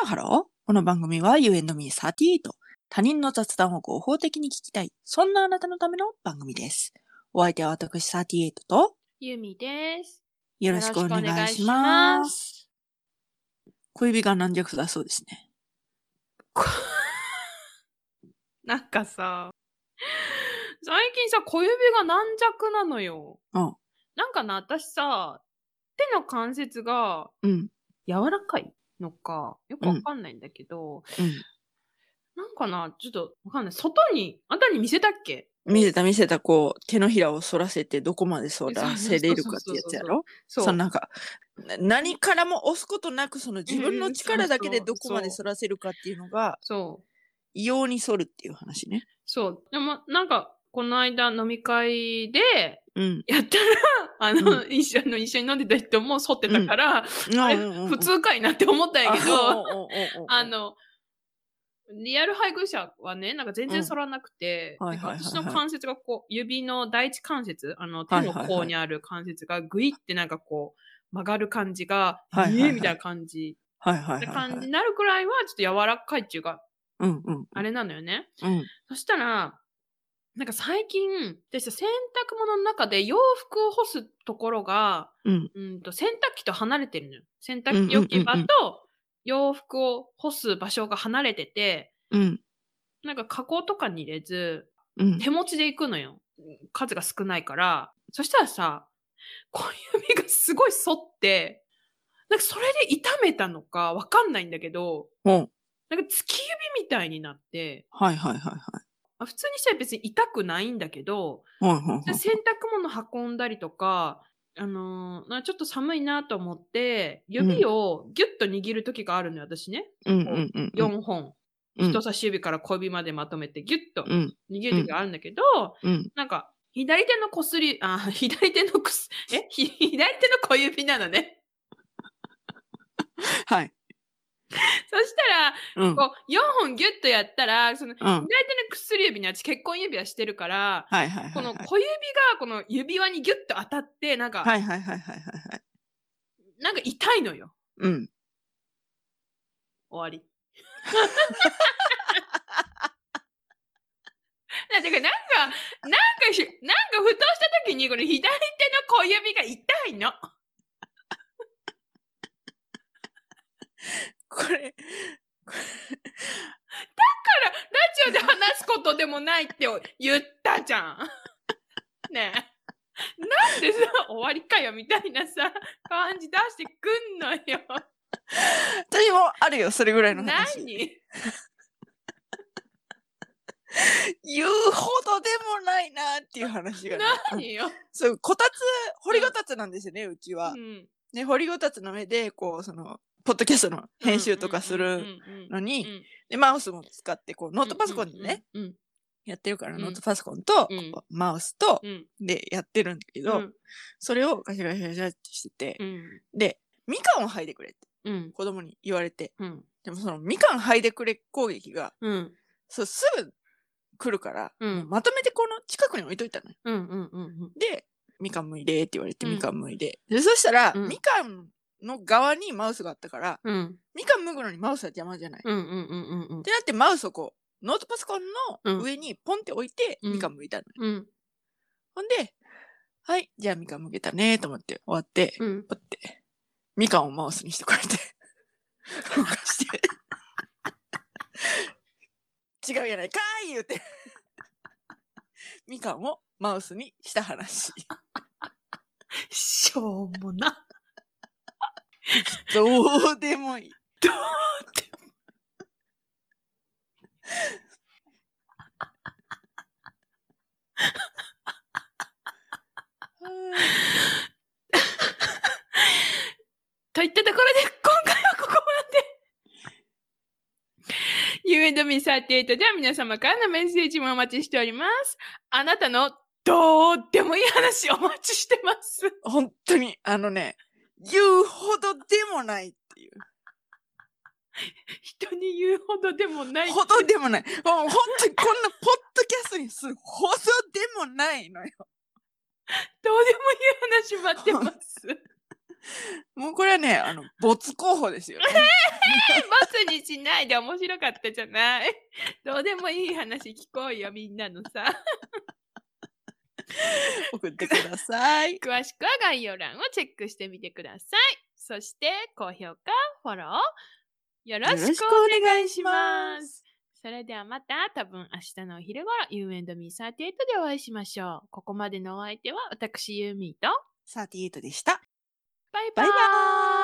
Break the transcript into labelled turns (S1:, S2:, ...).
S1: ロハローこの番組は You and me38。他人の雑談を合法的に聞きたい。そんなあなたのための番組です。お相手は私38と
S2: ゆみです。
S1: よろしくお願いします。
S2: す。
S1: 小指が軟弱だそうですね。
S2: なんかさ、最近さ、小指が軟弱なのよ。
S1: うん
S2: なんかな、私さ、手の関節が
S1: うん。
S2: 柔らかいのか、よくわかんないんだけど、なんかな、ちょっとわかんない。外に、あんたに見せたっけ
S1: うん。見せた見せた、こう、手のひらを反らせてどこまで反らせれるかってやつやろ
S2: そ。
S1: そうのなんか、な何からも押すことなく、その自分
S2: う
S1: の
S2: ん
S1: 力だけで
S2: そうそ
S1: ど
S2: う
S1: こまで反らせるかっていうのが、
S2: そう。
S1: 異様に反るっていう話ね。
S2: そう。でも、なんか、この間飲み会で、
S1: うん。
S2: やったら、あの、一緒の、一緒に飲んでた人も反ってたから、あれ普
S1: 普
S2: 通かいなって思ったんやけど、
S1: ど
S2: あ、の、リアル配偶者はね、なんか全然反らなくて、
S1: うんはい
S2: なんか
S1: はいはいはい
S2: 私の関節がこう、指の第一関節、あの、
S1: は
S2: 手
S1: いはい
S2: の
S1: はい
S2: 甲にある関節がグイってなんかこう、曲がる感じが、
S1: はいはいはい
S2: えーみたいな感じ、
S1: はいはいはい
S2: な
S1: はい。
S2: 感じになるくらいは、ちょっと柔らかいっていうか、
S1: うんうん。
S2: あれなのよね。
S1: うん。
S2: そしたら、なんか最近、私洗濯物の中で洋服を干すところが、
S1: うん。
S2: うんと洗濯機と離れてるのよ。洗
S1: うんうんう
S2: 濯
S1: ん
S2: 機置き場と洋服を干す場所が離れてて、
S1: うん。
S2: なんか加工とかに入れず、
S1: うん。
S2: 手持ちで行くのよ。数が少ないから。そしたらさ、小指がすごい反って、なんかそれで痛めたのかわかんないんだけど、
S1: うん
S2: なんか突き指みたいになって、
S1: はいはいはいは
S2: まあ普通にしたら別に痛くないんだけど、
S1: い。はいはいはい。
S2: 洗濯物運んだりとか、あのーなちょっと寒いなと思って、指をギュッと握る時があるのよ、私ね。
S1: うんうんうん。
S2: 4本。
S1: うん
S2: 人差し指から小指までまとめてギュッと
S1: うん
S2: 握る時があるんだけど、
S1: うん。
S2: なんか、左手のこすり、あ、左手のくす、えひ左手の小指なのね。
S1: はい。
S2: そした
S1: うん。
S2: ら、こう、4本ギュッとやったら、その、左
S1: うん。はい
S2: 手の薬指に私結婚指輪してるから、
S1: はいはいはい。
S2: この小指がこの指輪にギュッと当たって、なんか、
S1: はいはいはいはいはいはい。
S2: なんか痛いのよ。
S1: うん。
S2: 終わり。 だからなんか、なんかひ、なんかふとした時にこの左手の小指が痛いの。
S1: これ、
S2: ラジオで話すことでもないって言ったじゃん。 ねえ。なんでさ、終わりかよみたいなさ、感じ出してくんのよ。
S1: 私もあるよ、それぐらいの話。
S2: 何
S1: 言うほどでもないなっていう話がね。
S2: 何よ。
S1: そう、こたつ、掘りごたつなんですよね、うちは
S2: う。ん
S1: ね、掘りごたつの上で、こう、その、ポッドキャストの編集とかするのに、で、マウスも使って、こう、ノートパソコンでね、。
S2: うんうんうん
S1: やってるから、
S2: うん
S1: ノートパソコンと、
S2: うん
S1: こうマウスと、
S2: うんうんうん
S1: で、やってるんだけど、それをガシャガシャガシャってしてて、
S2: うん
S1: で、みかんを剥いでくれって
S2: うん
S1: 子供に言われて、
S2: うん
S1: でもそのみかん剥いでくれ攻撃が、
S2: うん
S1: そう、すぐ来るから、
S2: うん
S1: もうまとめてこの近くに置いといたのよ。
S2: うんうんうん
S1: で、みかん剥いでって言われて、
S2: うん
S1: みかん剥いで。で、そしたら、
S2: うん
S1: みかんの側にマウスがあったから、
S2: うんうん
S1: みかん剥ぐのにマウスは邪魔じゃない。
S2: うんうんうんうん
S1: ってなってマウスをこう、ノートパソコンの
S2: うん
S1: 上にポンって置いて、
S2: うん
S1: みかん剥いたのよ。
S2: うん
S1: ほんで、はい、じゃあみかん剥けたねと思って終わって、
S2: うん
S1: パって、みかんをマウスにしてくれて、動かして。違うやないかい言うて。みかんをマウスにした話。
S2: しょうもな
S1: どうでもいい。どう でもいい。
S2: といったところで今回はここまで You and me38 では皆様からのメッセージもお待ちしておりますあなたのどうでもいい話お待ちしてます
S1: 本当に、あのね、言うほどでもないっていう。
S2: 人に言うほどでもない
S1: ほどでもない。もう本当にこんなポッドキャストにするほどでもないのよ。
S2: どうでもいい話待ってます
S1: もうこれはね、あの、没候補ですよね。
S2: バスにしないで面白かったじゃないどうでもいい話聞こうよみんなのさ
S1: 送ってくださ い。
S2: 詳しくは概要欄をチェックしてみてくださいそして高評価フォローよろしくお願いしますそれではまた多分明日のお昼頃 You and me38 でお会いしましょうここまでのお相手は私ユーミーと
S1: 38でした。
S2: バイバ
S1: バイバ
S2: ーイ